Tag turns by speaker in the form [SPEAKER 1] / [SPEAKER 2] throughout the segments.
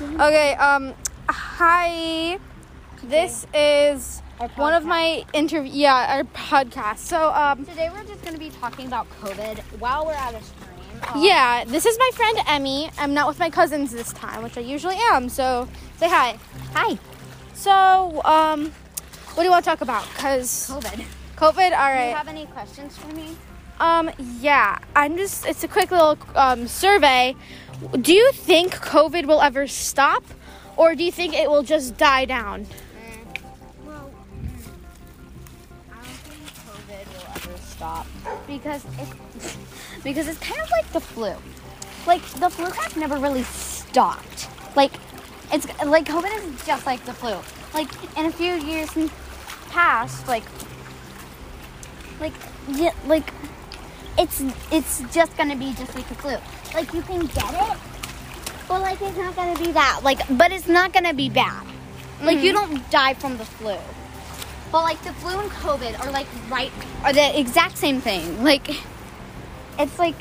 [SPEAKER 1] Okay, um hi. This is one of my interview yeah, our podcast. So um
[SPEAKER 2] Today we're just gonna be talking about COVID while we're at a stream. Um,
[SPEAKER 1] yeah, this is my friend Emmy. I'm not with my cousins this time, which I usually am. So say hi.
[SPEAKER 2] Hi.
[SPEAKER 1] So um what do you want to talk about? Cuz
[SPEAKER 2] Um, COVID.
[SPEAKER 1] COVID, all
[SPEAKER 2] Do you
[SPEAKER 1] right.
[SPEAKER 2] have any questions for me?
[SPEAKER 1] Um yeah, I'm just it's a quick little um survey. Do you think COVID will ever stop or do you think it will just die down?
[SPEAKER 2] Well, I don't think COVID will ever stop because it's because it's kind of like the flu. Like the flu has never really stopped. Like it's like COVID is just like the flu. Like in a few years in past, like like yeah, like it's it's just gonna be just like the flu. Like you can get it, but like it's not gonna be that. Like but it's not gonna be bad. Like you don't die from the flu. But like the flu and COVID are like right are the exact same thing. Like it's like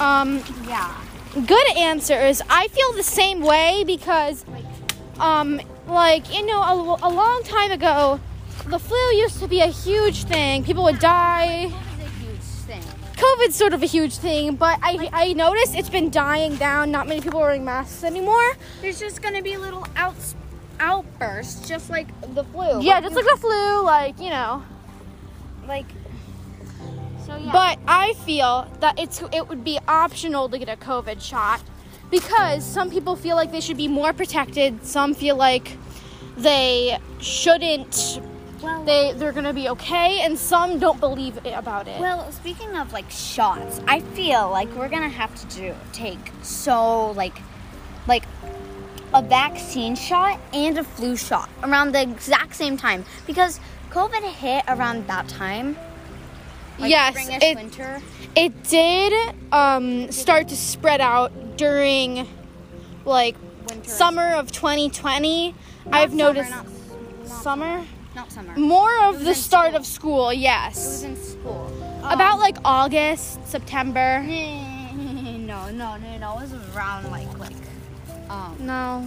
[SPEAKER 1] Um
[SPEAKER 2] yeah.
[SPEAKER 1] good answers. I feel the same way because, um, like you know, a, a long time ago, the flu used to be a huge thing. People would die.
[SPEAKER 2] COVID is a huge thing.
[SPEAKER 1] COVID's sort of a huge thing, but I I noticed it's been dying down. Not many people are wearing masks anymore.
[SPEAKER 2] There's just gonna be little outs outbursts just like the flu.
[SPEAKER 1] Yeah, just like the flu, like you know.
[SPEAKER 2] like so yeah.
[SPEAKER 1] But I feel that it's it would be optional to get a COVID shot because some people feel like they should be more protected. Some feel like they shouldn't.
[SPEAKER 2] well,
[SPEAKER 1] They they're gonna be okay, and some don't believe it about it.
[SPEAKER 2] Well, speaking of like shots, I feel like we're gonna have to do take so like like a vaccine shot and a flu shot around the exact same time because COVID hit around that time. Like
[SPEAKER 1] yes,
[SPEAKER 2] springish
[SPEAKER 1] it
[SPEAKER 2] winter.
[SPEAKER 1] it did um, start to spread out during like
[SPEAKER 2] Winter.
[SPEAKER 1] summer of 2020.
[SPEAKER 2] Not
[SPEAKER 1] I've
[SPEAKER 2] summer,
[SPEAKER 1] noticed Mm.
[SPEAKER 2] not,
[SPEAKER 1] summer
[SPEAKER 2] not summer. It
[SPEAKER 1] more of the
[SPEAKER 2] in
[SPEAKER 1] start
[SPEAKER 2] school.
[SPEAKER 1] of school.
[SPEAKER 2] was
[SPEAKER 1] Yes,
[SPEAKER 2] in school. Oh,
[SPEAKER 1] about like August, September.
[SPEAKER 2] no, no, no, no. It was around like like um
[SPEAKER 1] No,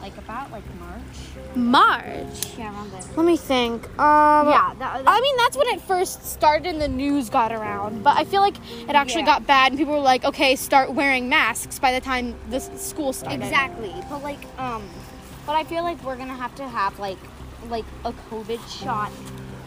[SPEAKER 2] like about like March.
[SPEAKER 1] March.
[SPEAKER 2] Yeah, around there.
[SPEAKER 1] Let me think. Um,
[SPEAKER 2] Yeah, that,
[SPEAKER 1] I mean, that's when it first started and the news got around. But I feel like it actually
[SPEAKER 2] Yeah.
[SPEAKER 1] got bad and people were like, okay, start wearing masks by the time this school started.
[SPEAKER 2] Exactly. But like um but I feel like we're going to have to have like like a covid shot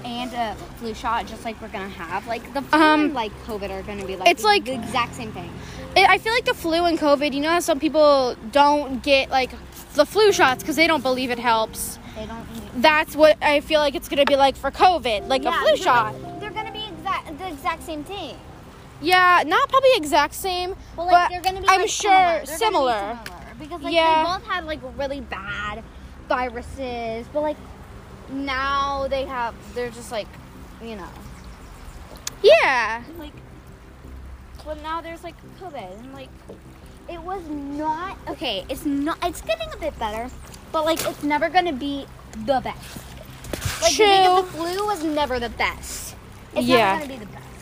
[SPEAKER 2] and a flu shot just like we're going to have like the flu
[SPEAKER 1] Um,
[SPEAKER 2] and like covid are going to be like
[SPEAKER 1] it's like-
[SPEAKER 2] the exact same thing.
[SPEAKER 1] It, I feel like the flu and COVID, you know how some people don't get like the flu shots because they don't believe it helps.
[SPEAKER 2] They don't need
[SPEAKER 1] That's what I feel like it's going to be like for COVID, like a flu shot.
[SPEAKER 2] They're going to be exact the exact same thing.
[SPEAKER 1] Yeah, not probably exact same,
[SPEAKER 2] Well, like
[SPEAKER 1] but
[SPEAKER 2] they're going to be
[SPEAKER 1] I'm
[SPEAKER 2] like,
[SPEAKER 1] sure
[SPEAKER 2] They're gonna be
[SPEAKER 1] similar.
[SPEAKER 2] similar because like
[SPEAKER 1] Yeah.
[SPEAKER 2] they both had like really bad viruses, but like now they have they're just like, you know,
[SPEAKER 1] Yeah.
[SPEAKER 2] like but now there's like covid and like it was not okay it's not it's getting a bit better but like it's never gonna be the best like the thing
[SPEAKER 1] True.
[SPEAKER 2] of the flu was never the best it's
[SPEAKER 1] Yeah.
[SPEAKER 2] never gonna be the best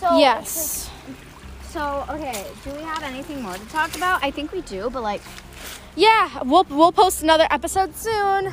[SPEAKER 2] so
[SPEAKER 1] yes.
[SPEAKER 2] it's like- so okay do we have anything more to talk about i think we do but like
[SPEAKER 1] yeah, we'll we'll post another episode soon.